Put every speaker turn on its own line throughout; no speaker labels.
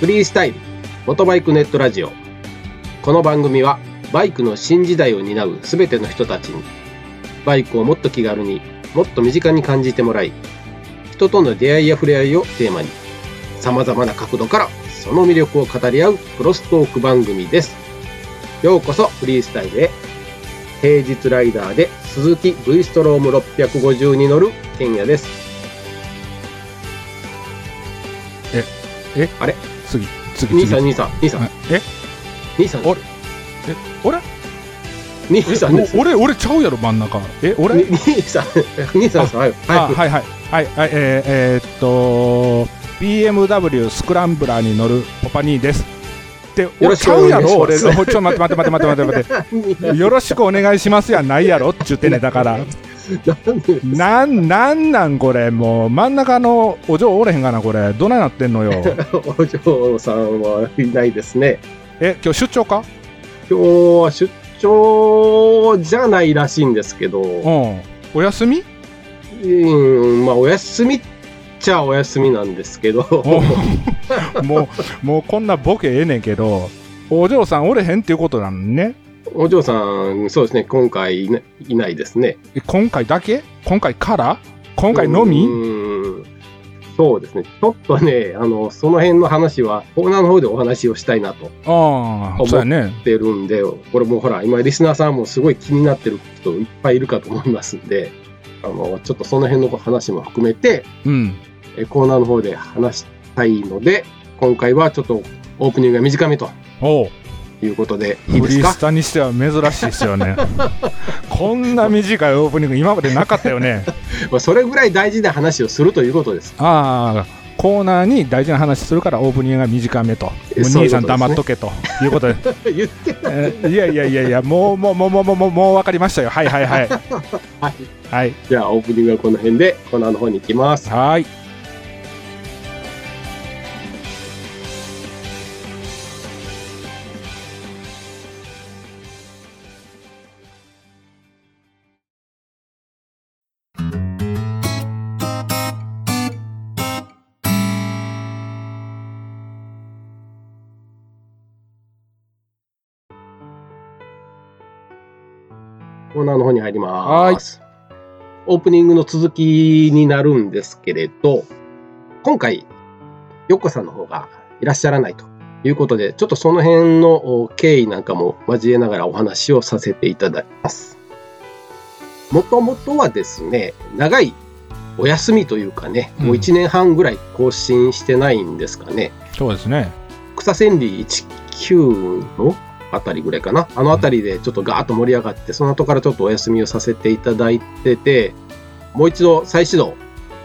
フリースタイルモトバイクネットラジオこの番組はバイクの新時代を担うすべての人たちにバイクをもっと気軽にもっと身近に感じてもらい人との出会いや触れ合いをテーマにさまざまな角度からその魅力を語り合うクロストーク番組ですようこそフリースタイルへ平日ライダーで鈴木 V ストローム650に乗る賢也です
次、次、
兄さん
次。
兄さん兄さん
え
兄さん
おえ、俺
兄さんです
お俺、俺ちゃうやろ、真ん中。え、俺
に兄さん兄さんですはい
あ、
はい
はいはい。はい、はい、えー、えーっと、BMW スクランブラーに乗るポパニーです。って、
よろ
俺
し
ち
く
ゃ
お
うや
願いし
ろ、
ま
俺。
す
ちょ、待って待って待って待って待って待って。よろしくお願いしますやないやろっちゅうてんねんだから。
なんで
なん、なんなんこれ、もう、真ん中のお嬢おれへんかな、これ。どないなってんの よ。
お嬢さんはいないですね
え、今日出張か
今日は出張じゃないらしいんですけど
うん。お休み
うんまあお休みっちゃお休みなんですけど
もうもう、もうこんなボケええねんけど、お嬢さんおれへんっていうことなんね。
お嬢さんそうですね今回いないないですね
え今回だけ今回から今回のみ
うんそうですねちょっとねあのその辺の話はコーナーの方でお話をしたいなと
ああ、そうやね
思。ってるんで、これもうほら、今、リスナーさんもすごい気になってる人いっぱいいるかと思いますんで、あの、ちょっとその辺の話も含めて、
うん。
えコーナーの方で話したいので、今回はちょっとオープニングが短めと
おう
いうことで、いい
フ
で
リ
す
ー
か
スタにしては珍しいですよね。 こんな短いオープニング今までなかったよね。
まあそれぐらい大事な話をするということです。
ああ、コーナーに大事な話するからオープニングが短めと。もう
えそうい
兄
うことですね
さん黙っとけということで。
言ってない。
えいやいやいやいや、もうもうもうもうもうもうもう分かりましたよ。はいはいはい。
はい
はい。
じゃあ、オープニングはこの辺で、コーナーの方に行きます。
はい。
コーナーの方に入ります。オープニングの続きになるんですけれど、今回、ヨッコさんの方がいらっしゃらないということで、ちょっとその辺のお経緯なんかも交えながらお話をさせていただきます。もともとはですね、長いお休みというかね、もう1年半ぐらい更新してないんですかね。
そうですね。
草千里19のあたりぐらいかな。あのあたりでちょっとガーッと盛り上がって、その後からちょっとお休みをさせていただいてて、もう一度再始動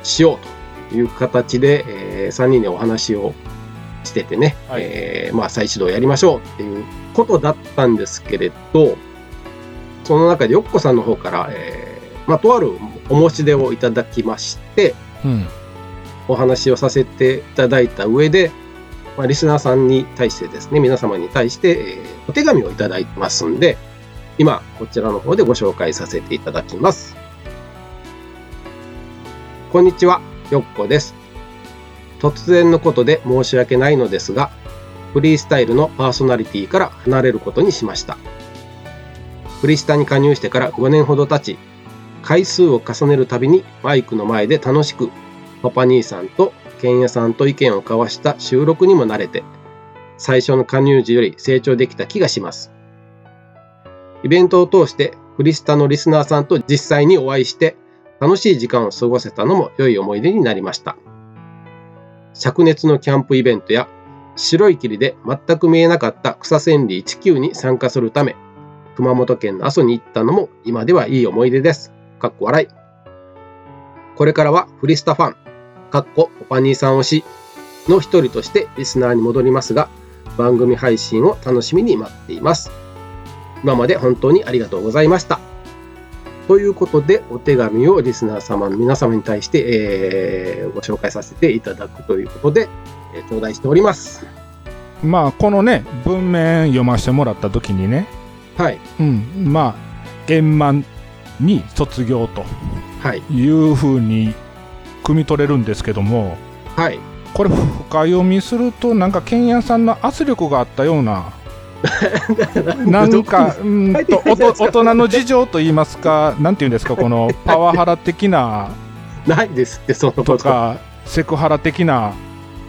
しようという形で、え3人でお話をしててね、
はい
えーまあ再始動やりましょうっていうことだったんですけれど、その中でよっこさんの方から、えーまあとあるお申し出をいただきまして、
うん。
お話をさせていただいた上で、まあ、リスナーさんに対してですね、皆様に対して、えーお手紙をいただいてますんで、今、こちらの方でご紹介させていただきます。こんにちは、よっこです。突然のことで申し訳ないのですが、フリースタイルのパーソナリティから離れることにしました。フリスタに加入してから5年ほど経ち、回数を重ねるたびにマイクの前で楽しくパパ兄さんとケンヤさんと意見を交わした収録にも慣れて、最初の加入時より成長できた気がします。イベントを通してフリスタのリスナーさんと実際にお会いして、楽しい時間を過ごせたのも良い思い出になりました。灼熱のキャンプイベントや白い霧で全く見えなかった草千里19に参加するため、熊本県の阿蘇に行ったのも今ではいい思い出です。かっこ笑い。これからはフリスタファン、かっこおパニーさん推しの一人としてリスナーに戻りますが、番組配信を楽しみに待っています。今まで本当にありがとうございました。ということで、お手紙をリスナー様の皆様に対して、えーご紹介させていただくということで、えー頂戴しております。
まあこのね文面読ませてもらった時にね、
はい。
うん、まあ円満に卒業と
はい。
いうふうに汲み取れるんですけども
はい。
これ深読みするとなんかケンヤンさんの圧力があったよ うな なんかうん
書いて
と
ない
お
じゃないで
と
すか
大人の事情と言いますかなんて言うんですか このパワハラ的な
ないですって、そのこと
と。かセクハラ的な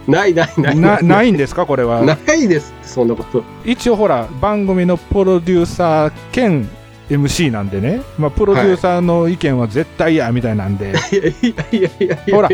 ないないない
なないいんですかこれは
ないですって、そんなこと。
一応ほら番組のプロデューサー兼 MC なんでね、まあ、プロデューサーの意見は絶対やみたいなんで、
いやいやいやいやいや。
ほら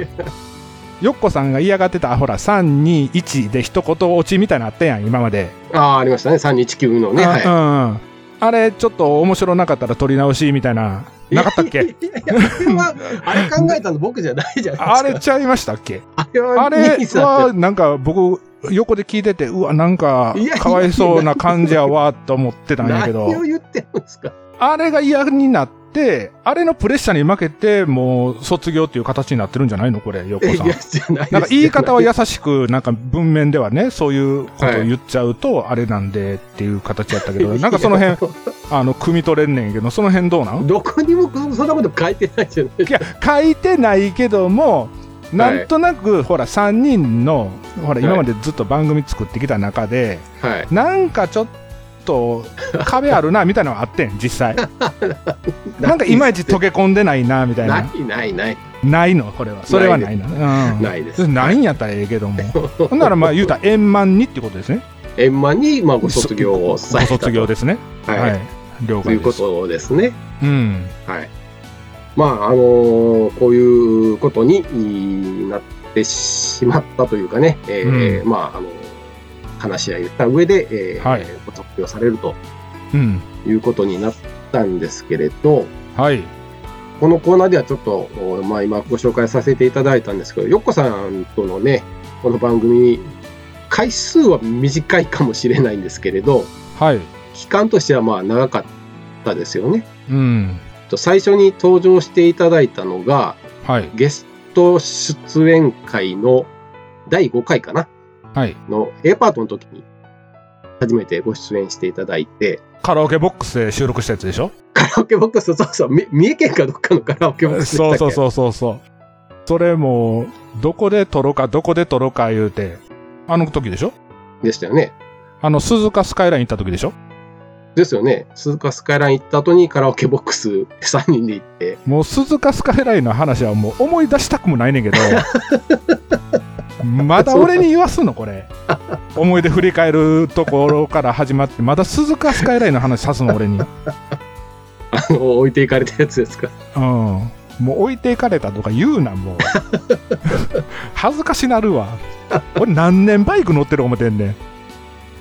よっこさんが嫌がってたほら321で一言落ちみたいなのあったやん今まで、
ああ、ありましたね。329のね。
あ
はい。
うんうんあれちょっと面白なかったら撮り直しみたいななかったっけ
いやいやいやあれは、あれ考えたの僕じゃないじゃないですか。
あれちゃいましたっけ
あれは
あれ
兄さん
はなんか僕横で聞いててうわなんか
いやいや
かわいそうな感じやわと思ってたんやけど
何を言ってるんですか
あれが嫌になって、あれのプレッシャーに負けて、もう卒業っていう形になってるんじゃないのこれ、横
い
さ
や、
ん
じ。ゃないです
なんか言い方は優しく、なんか文面ではね、そういうことを
はい
言っちゃうと、あれなんでっていう形やったけど、なんかその 辺、あの、汲み取れんねんけど、その辺どうなん
どこにもそんなこと書いてないじゃないです
いや、書いてないけども、なんとなく、ほら、3人の、ほら、今までずっと番組作ってきた中で、
か。はい。
なんかちょっと壁あるなみたいなのはあって ん実際なんかいまいち溶け込んでないなみたい
な
ない
ないない。
ないのこれはそれはないなうん
ないです
ないんやったらええけ どもほんならまあ言うたら円満にってことですね
円満に、まあ、ご卒業をさ
ご
れたと。
卒業ですね
は。
はいい了
という
解
こ
です
とですね。
うん
はい。まあ、あのーこういうことにいなってしまったというかね、えーまあ、あの話し合いをした上で、えー
はい
ご発表されると
うん
いうことになったんですけれど、
はい
このコーナーではちょっと、おまあ、今ご紹介させていただいたんですけど、よっこさんとのね、この番組、回数は短いかもしれないんですけれど、
はい
期間としてはまあ長かったですよね。
うん
と最初に登場していただいたのが、
はい
ゲスト出演会の第5回かな
はい
の A パートの時に初めてご出演していただいて、
カラオケボックスで収録したやつでしょ
カラオケボックス、そうそう、み三重県かどっかのカラオケボックスでしたっ
そ
け
うそうそうそうそうそれもどこで撮ろうかどこで撮ろうか言うてあの時でしょ
でしたよね。
あの、鈴鹿スカイライン行った時でしょ
ですよね。鈴鹿スカイライン行った後にカラオケボックス3人で行って、
もう鈴鹿スカイラインの話はもう思い出したくもないねんけど、 まだ俺に言わすのこれ。思い出振り返るところから始まって、まだ鈴鹿スカイラインの話さすの俺に。うん。
あの、置いていかれたやつですか。
もう置いていかれたとか言うな、もう。 恥ずかしなるわ。俺何年バイク乗ってる思てんねん。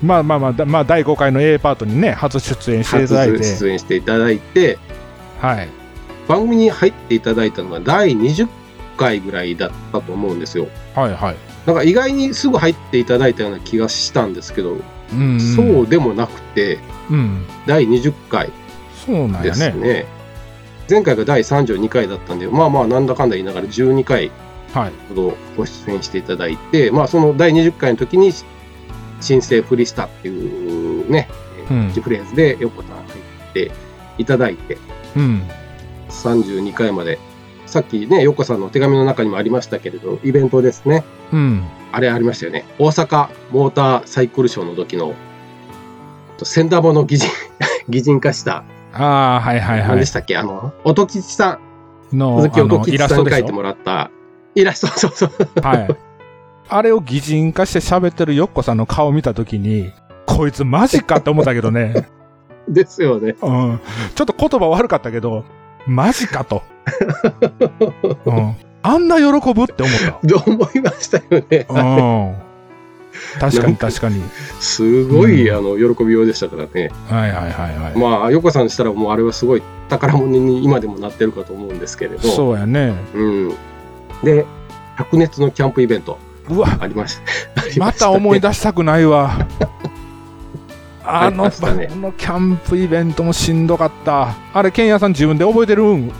まあまあまあ、だまあ第5回の A パートにね、初出演してい
初
ただいて。
出演していただいて、
はい。
番組に入っていただいたのが第20回ぐらいだったと思うんですよ。
はいはい。
なんか意外にすぐ入っていただいたような気がしたんですけど、
うんうん、
そうでもなくて、
うん。
第20回
そうなん
で
や
すね
ね。
前回が第32回だったんでまあまあなんだかんだ言いながら12回
はい。
ほどご出演していただいてまあその第20回の時に「新生フリスタ」っていうね
うん
キ。ーフレーズで横田入っていただいて
うん。
32回までさっきね横さんの手紙の中にもありましたけれどイベントですね
うん。
あれありましたよね大阪モーターサイクルショーの時の千ダボの擬人 擬人化した
ああ、はいはいは
何で
い
し。たっけあの、音吉さん、
の
鈴木
あの
音吉
イラス
さ
ト
ん
で
書
し
いても
ょ
らった、イラスト、そうそうそう。
はい。あれを擬人化して喋ってるよっこさんの顔見たときに、こいつマジかって思ったけど ね。
ですよね。
うん。ちょっと言葉悪かったけど、マジか と。うん。あんな喜ぶって思っ
どう思いましたよね。
た。うん。確かに確かに。
すごい、
うん
あの、喜びようでしたからね。
はいはいはいはい。
まあ、横さんにしたらもうあれはすごい宝物に今でもなってるかと思うんですけれど。
そうやね。
う。ん。で、白熱のキャンプイベント
うわ、
ありました。あり
ま
した
た
ね
思い出したくないわ。あ の、
ありましたね
あのキャンプイベントもしんどかった。あれ、ケンヤさん自分で覚えてるん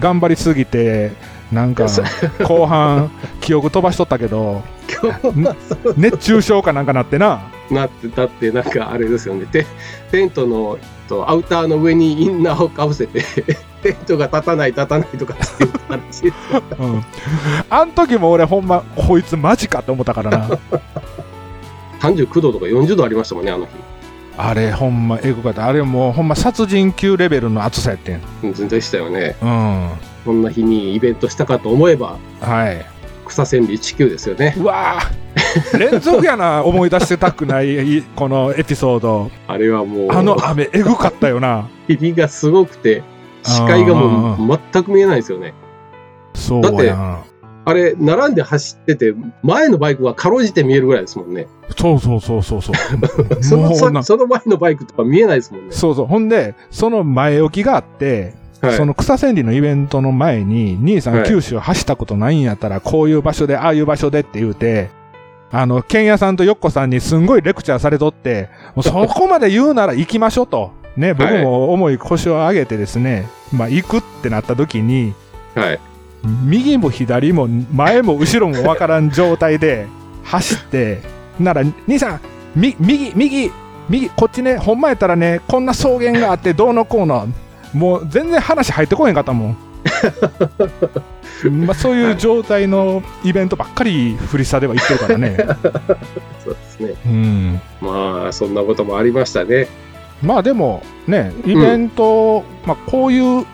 頑張りすぎて、なんか
そう、
後半、記憶飛ばしとったけ ど、
今日はそう
熱中症かなんかなってな。
なってたって、なんかあれですよね。テテントの、とアウターの上にインナーをかぶせて、 テントが立たない立たないとかっていう話です
うん。あん時も俺ほんま、こいつマジかって思ったか らな。
39度とか40度ありましたもんねあの日
あれほんまエグかった。あれもうほんま殺人級レベルの暑さやってん。
うん全然したよね
うん。は
こんな日にイベントしたかと思えば
い。
草千里地球ですよね
うわぁ連続やな思い出してたくないいこのエピソード
あれはもう
あの雨エグかったよな
霧がすごくて視界がもう全く見えないですよね
そうやん
あれ並んで走ってて前のバイクがかろうじて見えるぐらいですもんね
そうそうそうそうそう
その
もう
そ
な
その前のバイクとか見えないですもんね
そうそうほんでその前置きがあって、
はい
その草千里のイベントの前に兄さん
は
が
い
九州走ったことないんやったら、こういう場所でああいう場所でって言うてあの、ケンヤさんとヨッコさんにすんごいレクチャーされとって、もうそこまで言うなら行きましょうと。ね、僕も思い腰を上げてですね、まあ行くってなった時に、
はい
右も左も前も後ろもわからん状態で走ってなら兄さんみ右右右こっちねほんまやったらねこんな草原があってどうのこうのもう全然話入ってこへんかったもんまあそういう状態のイベントばっかり振りさでは言ってるからね
そうですね
うん
まあそんなこともありましたね
まあでもねイベント、まあこういう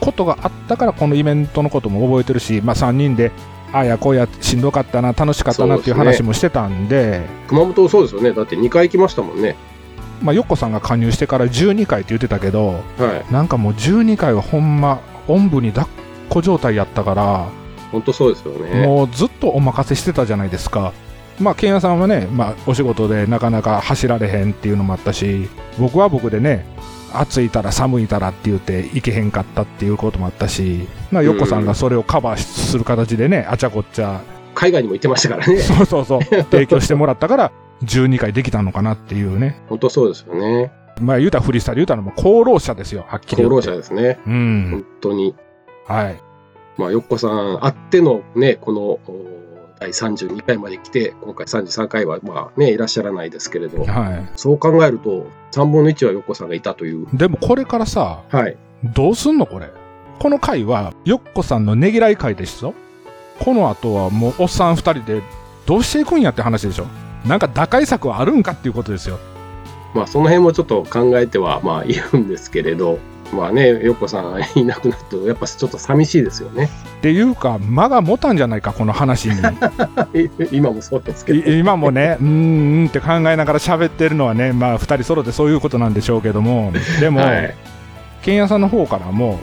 ことがあったからこのイベントのことも覚えてるし、まあ、3人でああやこうやしんどかったな楽しかったなっていう
そうですね
話もしてたんで
熊本そうですよねだって2回来ましたもんね
まあ、よっこさんが加入してから12回って言ってたけど
はい
なんかもう12回はほんまおんぶに抱っこ状態やったから
本当そうですよね
もうずっとお任せしてたじゃないですか。まあ、ケンヤさんはね、まあ、お仕事でなかなか走られへんっていうのもあったし、僕は僕でね、暑いたら寒いたらって言って行けへんかったっていうこともあったし、まあ、ヨッコさんがそれをカバーする形でね、あちゃこっちゃ、
海外にも行ってましたから ね
そうそうそう、提供してもらったから、12回できたのかなっていうね。
本当そうですよね
まあ、言うたらフリースタイル言うたらもう功労者ですよ、はっきり
功
言って。
労者ですね
う
本
ん。
当に
はい。
まあよっこさんあってのねこのお第32回まで来て今回33回はまあねいらっしゃらないですけれど
は
そう考えると3分の1はよっこさんがいたという
い。でもこれからさ、
はい
どうすんのこれ。この回は、よっこさんのねぎらい回ですよ。この後はもう、おっさん二人で、どうしていくんやって話でしょ。なんか打開策はあるんかっていうことですよ。
まあその辺もちょっと考えてはまあい るんですけれどまあねよっこさんいなくなるとやっぱちょっと寂しいですよね
っていうか、間が持たんじゃないか、この話に。
今もそうですけど
い今もね、うーんうーんって考えながら喋ってるのはね、まあ、二人揃ってそういうことなんでしょうけども、でも、
はい
けんやさんの方からも、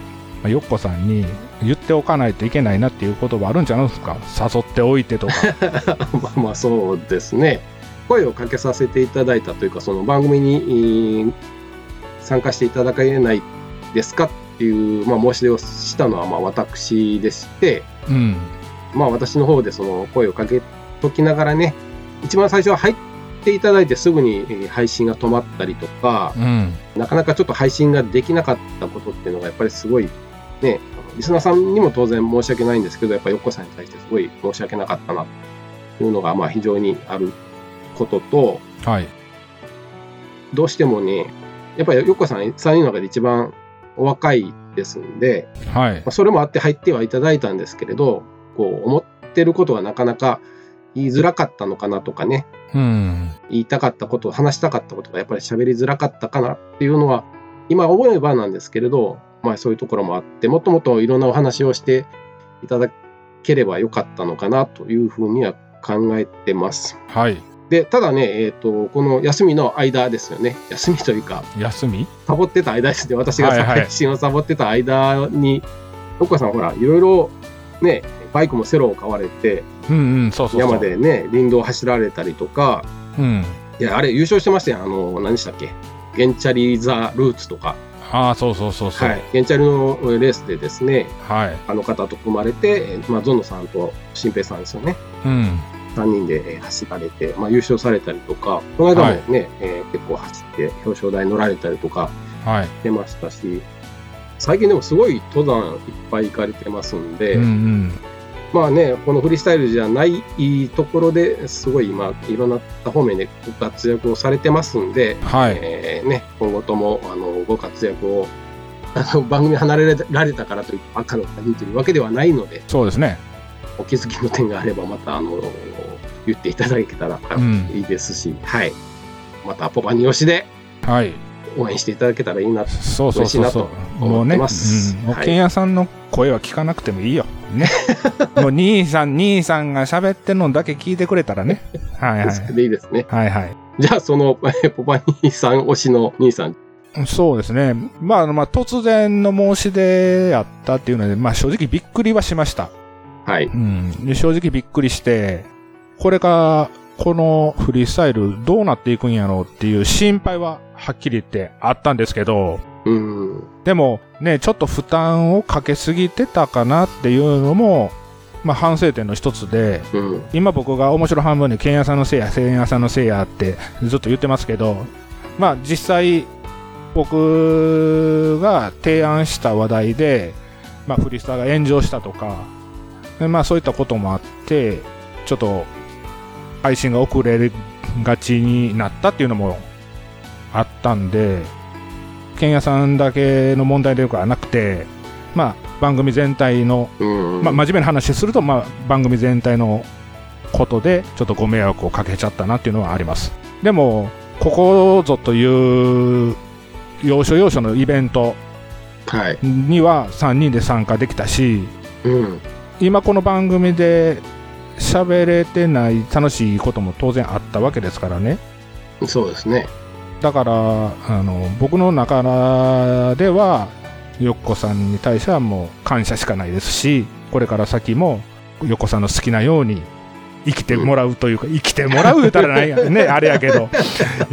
まあよっこさんに言っておかないといけないなっていうことはあるんじゃないですか。誘っておいて とか。
まあまあそうですね声をかけさせていただいたというかその番組にえー参加していただけないですかっていう、まあ、申し出をしたのはまあ私でして
うん。
まあ私の方でその声をかけときながらね一番最初は入っていただいてすぐにえー配信が止まったりとか
うん。
なかなかちょっと配信ができなかったことっていうのがやっぱりすごいねあのリスナーさんにも当然申し訳ないんですけどやっぱりよっこさんに対してすごい申し訳なかったなというのがまあ非常にあることと
はい。
どうしてもねやっぱりよっこさん3人の中で一番お若いですんで、
はい
ま。あそれもあって入ってはいただいたんですけれどこう思ってることがなかなか言いづらかったのかなとかね
うん。
言いたかったこと話したかったことがやっぱり喋りづらかったかなっていうのは今思えばなんですけれど、まあ、そういうところもあってもっともっといろんなお話をしていただければよかったのかなというふうには考えてます。
はい。
でただね、えー、とこの休みの間ですよね休みというか
休み
サボってた間ですね私が
はいはい
配信をサボってた間に岡、さんほらいろいろねバイクもセロを買われて
うんうん、そうそうそう。
山でね林道を走られたりとか
うん。
いや、あれ優勝してましたよ。あの、何でしたっけゲンチャリ・ザ・ルーツとか、
ああ、そうそうそうそう。
はい。ゲンチャリのえーレースでですね、
はい。
あの方と組まれて、えーまあ、ゾノさんと新平さんですよね。
うん。
3人でえー走られて、まあ、優勝されたりとか、この間もね、えー結構走って表彰台乗られたりとか
はい。
してましたし、最近でもすごい登山いっぱい行かれてますんで、
うんうん。
まあね、このフリースタイルじゃないところですごい今、いろんな方面でご活躍をされてますんで、
はい。
えーね、今後ともあのご活躍をあの番組離れられたからといって赤の他人というわけではないので
そうですね。
お気づきの点があればまたあの言っていただけたら
うん
いいですし、はいまたポパニよしで
はい。
応援していただけたらいいなと
そうそう
嬉しい
そう
な
そ
と
う。も
思っ
う
て
ね、うん、保
ますはい
険屋さんの声は聞かなくてもいいよ。ね。 もう兄さん、兄さんが喋ってるのだけ聞いてくれたらね。はいはい。
それでいいですね
はいはい。
じゃあその えーポパニさん推しの兄さん
そうですね。まあ、あのまあ、突然の申し出やったっていうので、まあ、正直びっくりはしました。
はい
うん。で正直びっくりして、これが、このフリースタイルどうなっていくんやろうっていう心配ははっきり言ってあったんですけど、
うん
でもね、ちょっと負担をかけすぎてたかなっていうのも、まあ反省点の一つで、
うん
今僕が面白半分に剣屋さんのせいや、千屋さんのせいやってずっと言ってますけど、まあ実際僕が提案した話題で、まあフリスタが炎上したとか、でまあそういったこともあって、ちょっと配信が遅れがちになったっていうのもあったんで、剣屋さんだけの問題ではなくて、まあ番組全体の
うん
まあ、真面目な話すると、まあ、番組全体のことでちょっとご迷惑をかけちゃったなっていうのはありますでもここぞという要所要所のイベント
はい
には3人で参加できたし
うん
今この番組で喋れてない楽しいことも当然あったわけですからね
そうですね
だからあの僕の中ではよっこさんに対してはもう感謝しかないですしこれから先もよっこさんの好きなように生きてもらうというか、生きてもらう言うたらないや んねあれやけど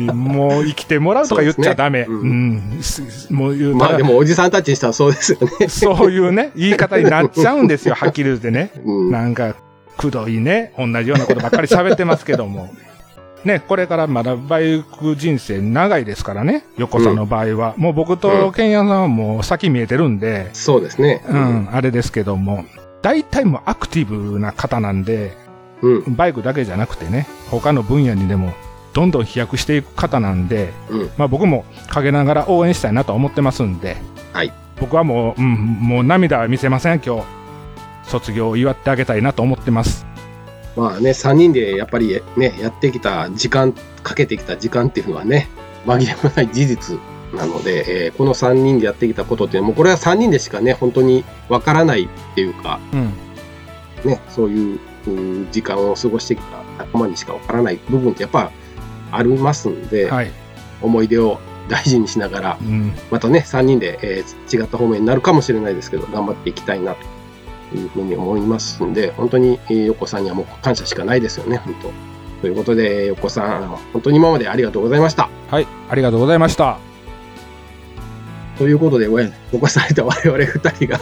もう生きてもらうとか言っちゃダメ、
そうです
う
ね
んすもう言うた
まあ
ら、
でもおじさんたちにしたらそうですよね
そういうね言い方になっちゃうんですよはっきり言ってね
うん
なんか、くどいね、同じようなことばっかり喋ってますけども。ね、これからまだバイク人生長いですからね、横さんの場合は。もう僕とケンヤさんはもう先見えてるんで、
そうですね
うん、あれですけども。大体もうアクティブな方なんで、
うん
バイクだけじゃなくてね、他の分野にでもどんどん飛躍していく方なんで、
うん
まあ僕も陰ながら応援したいなと思ってますんで、
はい
僕はもう、うん、もう涙は見せません、今日。卒業を祝ってあげたいなと思ってます。
まあね、3人でやっぱりね、やってきた時間、かけてきた時間っていうのはね、紛れもない事実なので、えーこの3人でやってきたことっていうのは、もうこれは3人でしかね、本当にわからないっていうか、
うん。
ね、そういううん時間を過ごしてきた仲間にしかわからない部分ってやっぱありますんで、
はい。
思い出を大事にしながら
う、ん。
またね、3人で、えー違った方面になるかもしれないですけど、頑張っていきたいなというふうに思いますんで、本当に、えー、横さんにはもう感謝しかないですよね、本当。ということで、横さんあの、本当に今までありがとうございました。
はい。ありがとうございま した。
ということで、おや残された我々2人が、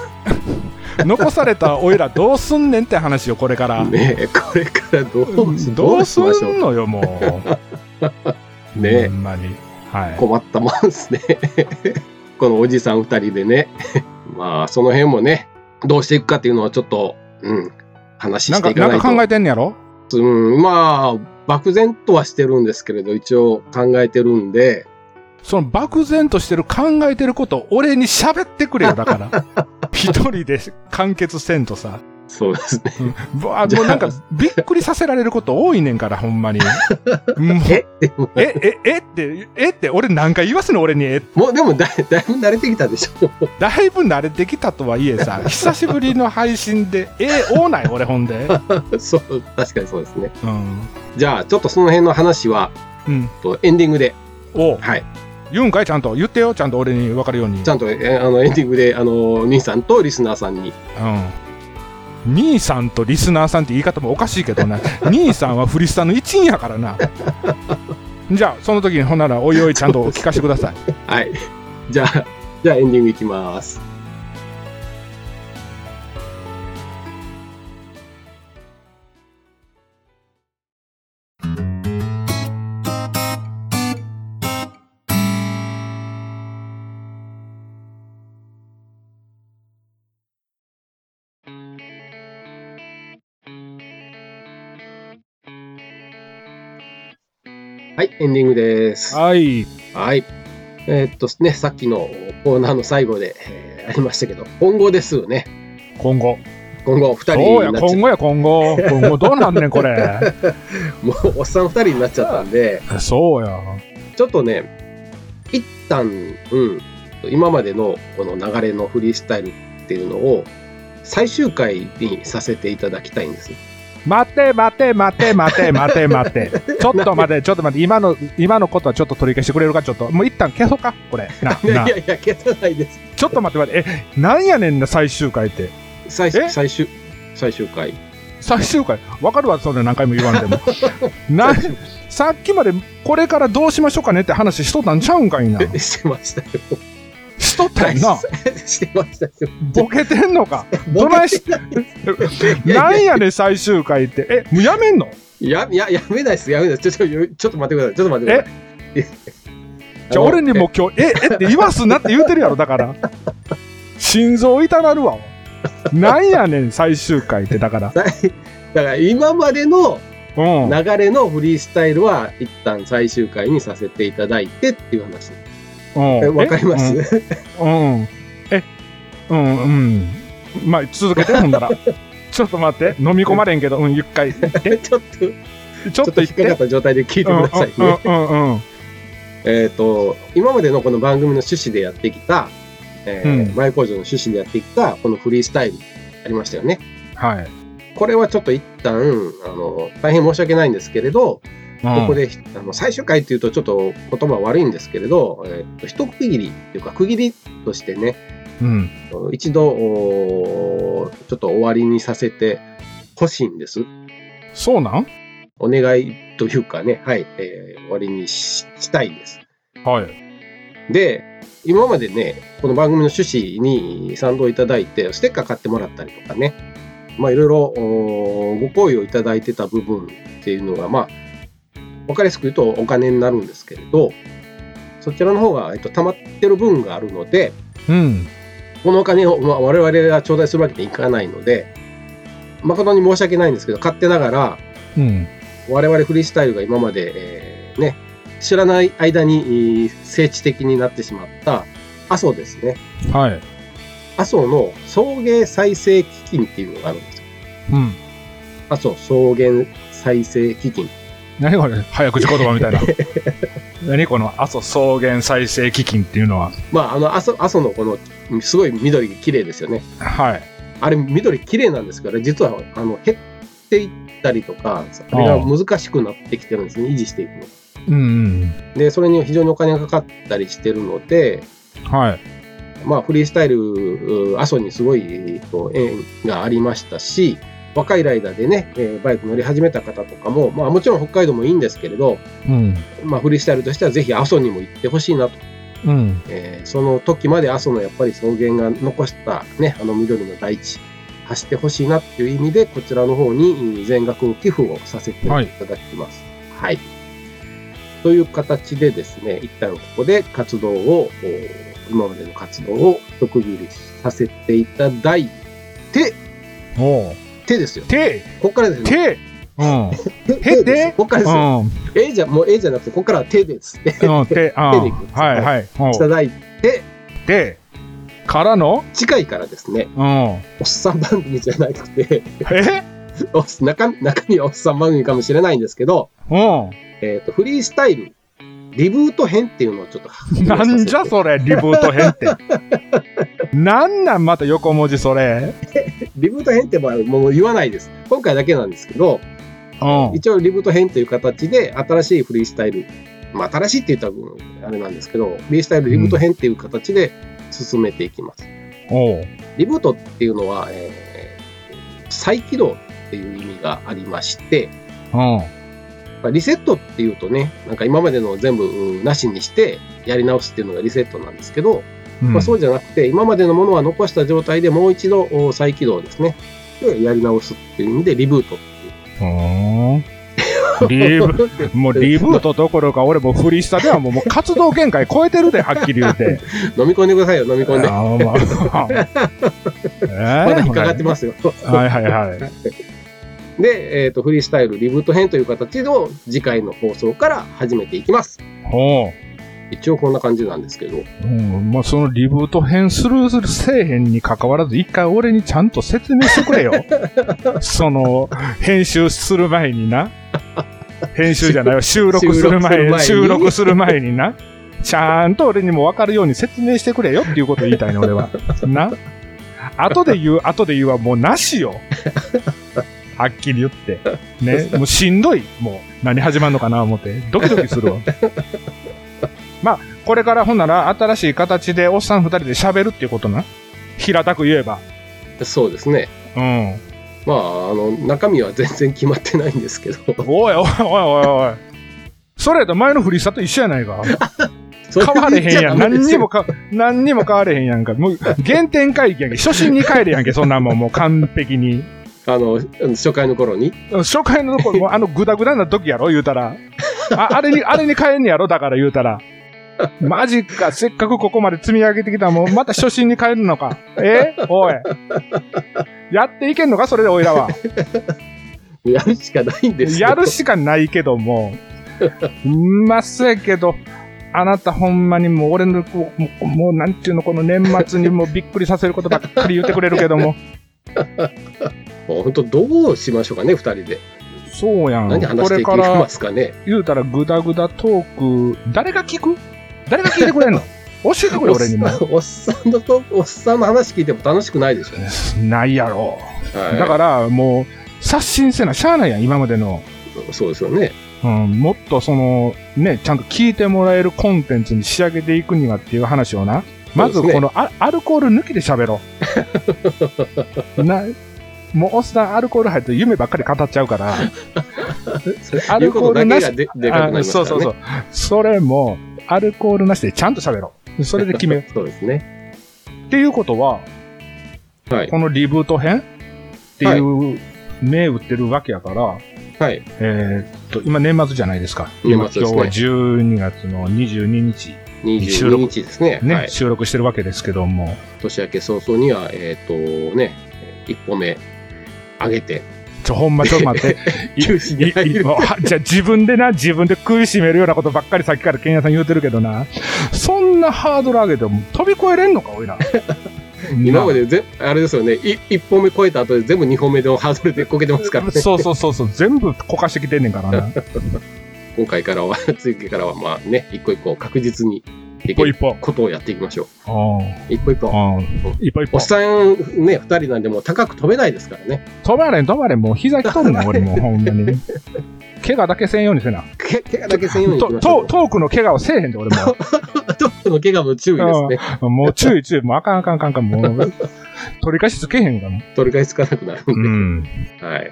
残されたおいらどうすんねんって話よ、これから。
ね、これからど
う
うし
ん
ど
ど
う
う
し
す
ましょうん
のよ、もう。
ね
ほんまに。はい。
困ったもんですね。 このおじさん2人でね、 まあ、その辺もね、どうしていくかっていうのはちょっと、うん、話
な
して
んか、
いか
な
ない
ん
と
か。考えてんねやろ
うん、まあ、漠然とはしてるんですけれど、一応考えてるんで、
その漠然としてる考えてることを俺に喋ってくれよ、だから。一人で完結せんとさ。
そうですね。
うんぼあもうなんかびっくりさせられること多いねんから、ほんまに。もう
え
え、え、えって、えって、俺何回言わすの俺にえって
もうでもだいだいぶ慣れてきたでしょ。
だいぶ慣れてきたとはいえさ、久しぶりの配信で、 ええおーない、俺、ほんで。
そう、確かにそうですね。
うん。
じゃあ、ちょっとその辺の話は、
うん。
とエンディングで、
おう
はい。
言うんかい、ちゃんと。言ってよ、ちゃんと俺に分かるように。
ちゃんと、えあの、エンディングで、あの、兄さんとリスナーさんに、
うん。兄さんとリスナーさんって言い方もおかしい けどな。兄さんはフリスタの一員やからな。じゃあ、その時に、ほんなら、おいおい、ちゃんと聞かせてください。
はい。じゃあ、じゃあエンディングいきます。はい、エンディングです。
はい。
はい。えーっとね、さっきのコーナーの最後で、えーありましたけど、今後ですよね。
今後。
今後、二人
そう
に
や、
なっちゃっ
今後や、今後。今後どうなんねん、こ れ。
もうおっさん二人になっちゃったんで、
そうや。
ちょっとね、一旦、うん、今までのこの流れのフリースタイルっていうのを、最終回にさせていただきたいんです。
待て、待て、待て、待て、待て、待て。ちょっと待て、ちょっと待て。今の、今のことはちょっと取り消してくれるか、ちょっと。もう一旦消そうか、これ。な、
いや。
ない
やいや、消さないです。
ちょっと待って、待って。え、なんやねんな、最終回って。
最
え
最終、最終回。
最終回。わかるわ、それ何回も言わんで も。な、さっきまで、これからどうしましょうかねって話しとったんちゃうんかいな。
してましたよ。。
しとったよな
してましたよ。
ボケてんのか。ど
ボケ
ないし、
いやいや
なんやねん、最終回って。え、もうやめんの
や、や、やめないです、やめないです。ちょ、ちょ、ちょっと待ってください。ちょっと待ってください。
じゃあ俺にもう今日、え、えって言わすなって言うてるやろ、だから。心臓痛なるわ。なんやねん、最終回って、だから。
あの。さい だから今までの
うん。
流れのフリースタイルは一旦最終回にさせていただいてっていう話。え
うん
わかりま。
え
す、
うん。うんえ、うん、うん。まあ、続けて、ほん なら。ちょっと待って、飲み込まれんけど、うん、ゆっかい。え
ちょっと、ち
ちょっ
ょっと
と言
引
っ
っかか
て
っ。た状態で聞いてくださいね。
うんうんうんうん。
えっ、と、今までのこの番組の趣旨でやってきた、えー
うん
前工場の趣旨でやってきた、このフリースタイルありましたよね。
はい。
これはちょっと一旦、あの、大変申し訳ないんですけれど、
うん
ここで、あの、最終回っていうとちょっと言葉悪いんですけれど、えーと一区切りっていうか区切りとしてね、
うん。
一度、おーちょっと終わりにさせてほしいんです。
そうなん
お願いというかね、はい、えー終わりにししたいんです。
はい。
で、今までね、この番組の趣旨に賛同いただいて、ステッカー買ってもらったりとかね、まあいろいろおーご好意をいただいてた部分っていうのが、まあ、わかりやすく言うとお金になるんですけれど、そちらの方が、えっと、溜まってる分があるので、
うん。
このお金を、まあ、我々が頂戴するわけにいかないので、誠に申し訳ないんですけど、勝手ながら、
うん。
我々フリースタイルが今まで、えーね、知らない間にえー政治的になってしまった阿蘇ですね。
はい。
阿蘇の草原再生基金っていうのがあるんですよ。
うん。
阿蘇草原再生基金。
何これ早口言葉みたい な。何この阿蘇草原再生基金っていうのは。
まあ、あの、阿蘇、阿蘇のこの、すごい緑綺麗ですよね。
はい。
あれ、緑綺麗なんですけど、実は、あの、減っていったりとか、あれが難しくなってきてるんですね。維持していくのが。
うん、
で、それに非常にお金がかかったりしてるので、
うん。はい。
まあ、フリースタイル、う阿蘇にすごい、えっと縁がありましたし、若いライダーでね、えーバイク乗り始めた方とかも、まあ、もちろん北海道もいいんですけれど、
うん。
まあ、フリースタイルとしてはぜひ阿蘇にも行ってほしいなと、
うん。
えーその時まで阿蘇のやっぱり草原が残した、ね、あの緑の大地、走ってほしいなっていう意味で、こちらの方に全額寄付をさせていただきます。はい。という形でですね、一旦ここで活動を、お今までの活動を一区切りさせていただいて、
おう。
てですよ。
て、
ここからですね。
て、うん。
手
手
です。
で
ここからですよ。
うん。
えじゃ、もうえじゃなくて、ここからは手です。い
うん。て、あ
手でいくんです
はい、はい。
た
う
だいて、
ん。で、からの
次回からですね、
うん。
おっさん番組じゃなくて、
え
おっ中中身はおっさん番組かもしれないんですけど、
う
えっとフリースタイルリブート編っていうのをちょっと
ん。 なんじゃ
う
それ、リブート 編って。なんなんまた横文字それ。
リブート編ってまあもう言わないです今回だけなんですけど
うん。
一応リブート編という形で新しいフリースタイル、まあ、新しいって言ったらあれなんですけどフリースタイルリブート編っていう形で進めていきます、
おう。
リブートっていうのは、えー再起動っていう意味がありまして
うん。
まあリセットっていうとねなんか今までのを全部うんなしにしてやり直すっていうのがリセットなんですけど、
うん
まあ、そうじゃなくて、今までのものは残した状態でもう一度お再起動ですね。でやり直すっていう意味でリブートって
ふーんリブ もうリブートどころか、俺もうフリスタではもうもう活動限界超えてるで、はっきり言うて。
いう。飲み込んでくださいよ、飲み
あ
込んで。
ーま あえー
まだ引っかかってますよ。
はいはいはい。
で、えっ、と、フリースタイルリブート編という形を次回の放送から始めていきます。
ほう。
一応こんな感じなんですけど、
うん、まあそのリブート編するせえへんに関わらず、一回俺にちゃんと説明してくれよ。その、編集する前にな。編集じゃないわ、収録する前に、
収
収
録
録する前に な。ちゃんと俺にも分かるように説明してくれよっていう ことを言いたいね、俺は。な。後で 言う、後で言うはもうなし よ。はっきり言って。ね。 もうしんどい。もう、何始まるのかな思って。ドキドキする わ。これからほんなら新しい形でおっさん二人で喋るっていうことな。平たく言えば。
そうですね。
うん。
まあ、あの、中身は全然決まってないんですけど、
おいおいおいおいおい。それやったら前のフリスタと一緒やないか。
そ
変われへんやん。
言っちゃダメ
何
です
に
よ
もか、何にも変われへんやんか。もう原点回帰やんけ。初心に帰れやんけ。そんなもん、もう完璧に。
あの、初回の頃に、
初回のところもあのグダグダな時やろ言うたら。ああれに、あれに変えんねやろだから言うたら。マジか、せっかくここまで積み上げてきたもん、また初心に変えるのか。えおい。やっていけんのかそれでおいらは。
やるしかないんですよ。
やるしかないけども。うんまそうやけど、あなたほんまにもう俺の、こうもう、もうなんていうの、この年末にもうびっくりさせることばっかり言ってくれるけども。
本当どうしましょうかね、二人で。
そうやん。
何話していき
これから
ますかね。
言うたらグダグダトーク、誰が聞く誰が聞いて くれんの教えてくれ、俺にも。
おっさんおっさんのと、おっさんの話聞いても楽しくないでしょうね。
ないやろ。
はい、
だから、もう、刷新せな、しゃあないやん、今までの。
そうですよね。
うん、もっとその、ね、ちゃんと聞いてもらえるコンテンツに仕上げていくにはっていう話をな。まず、
そうですね
このア、アルコール抜きで喋ろ う。な、もう、おっさんアルコール入ると夢ばっかり語っちゃう から。ア
言う
ル
こ
コ
と
ー
だ
ルな
け
し
がででかくなりますからね。
あそうそうそう。それも、アルコールなしでちゃんと喋ろう。それで決 めよう。
そうですね。
っていうことは、
はい
このリブート編っていう銘打ってるわけやから、
はい。
えーっと、今年末じゃないですか。
年末ですね
今今日は12月の22日、収
22
録
日ですね。
ね、
はい。
収録してるわけですけども、
年明け早々には、えっ、とね、一歩目上げて、
ちょ、ほんまちょっと待って。
休止に入
いい
る。
もうはじゃあ自分でな、自分で食いしめるようなことばっかりさっきからケンヤさん言うてるけどな、そんなハードル上げても飛び越えれんのか、おいら。
今までぜ、あれですよね、い一歩目超えた後で全部二歩目のハードルでこけてますからね。
そうそうそうそう、全部こかしてきてんねんから な。
今回からは、次からはまあね、一個一個確実にで
一
き
歩
る
一歩。
ことをやっていきましょ
う
う。一歩一歩。
ん。うん。一歩一
お
歩
っ。さんね、二人なんでもう高く飛べないですからね。
止まれん、止まれん、もう膝きとんねん、俺もう、ほんまに。怪我だけせんようにせな。
け怪我だけせんようにい
と
き
ト
ましょう。
トークの怪我をせえへんで、俺
トップの怪我も注意ですね。
も。もう注意注意、もうあかんあかんあかんあかん、もう。取り返しつけへんから。
取り返しつかなくなるんで。
ん。
はい。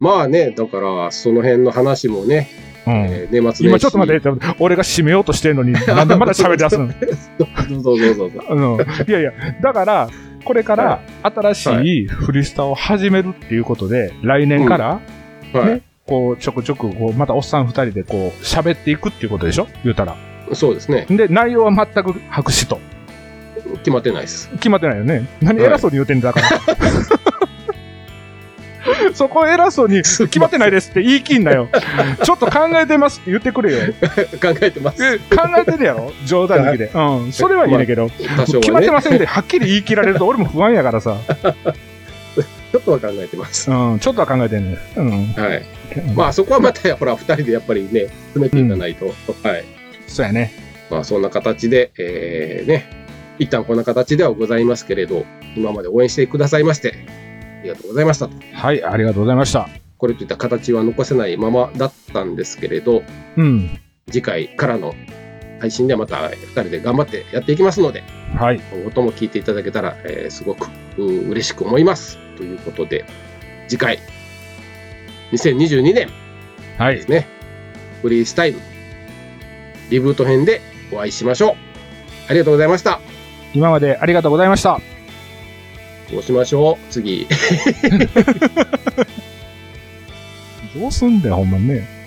まあね、だから、その辺の話もね、
うん。
えー年末年始。
今ちょっと待って、俺が締めようとしてん のに、なんでまだ喋り出すの
どうぞどうぞどうぞ。
うん。いやいや、だから、これから新しいフリスタを始めるっていうことで、来年から、
はい。
こう、ちょくちょく、こう、またおっさん二人で、こう、喋っていくっていうことでしょ言うたら。
そうですね。
で、内容は全く白紙と。
決まってないです。
決まってないよね。何
はい
偉そうに言うてんだから。 そこ偉そうに、
決
決まってない
い
ですって言い切んなよ。ちょっと考えてますって言ってくれよ。
す。考えてます。
え考えてるやろ冗談抜きで。うん。それはいいねんけど、
多少は
決まっ
ね。
てませんって、はっきり言い切られると俺も不安やからさ。
ちょっとは考えてます。
うん。ちょっとは考えてんねん。
はい。
うん。
まあそこはまた、ほら、二人でやっぱりね、進めていかないと。はい。
そうやね。
まあそんな形で、えー、ね、一旦こんな形ではございますけれど、今まで応援してくださいまして、ありがとうございましたと。
はい、ありがとうございました。
これといった形は残せないままだったんですけれど、
うん。
次回からの配信ではまた2人で頑張ってやっていきますので、
はい。
今後とも聞いていただけたら、えーすごくうー嬉しく思います。ということで、次回、2022年
は
で
い
す。ね、フリースタイル、リブート編でお会いしましょう。ありがとうございました。
今までありがとうございました。
どうしましょう次。
どうすんだよ、ほんまね。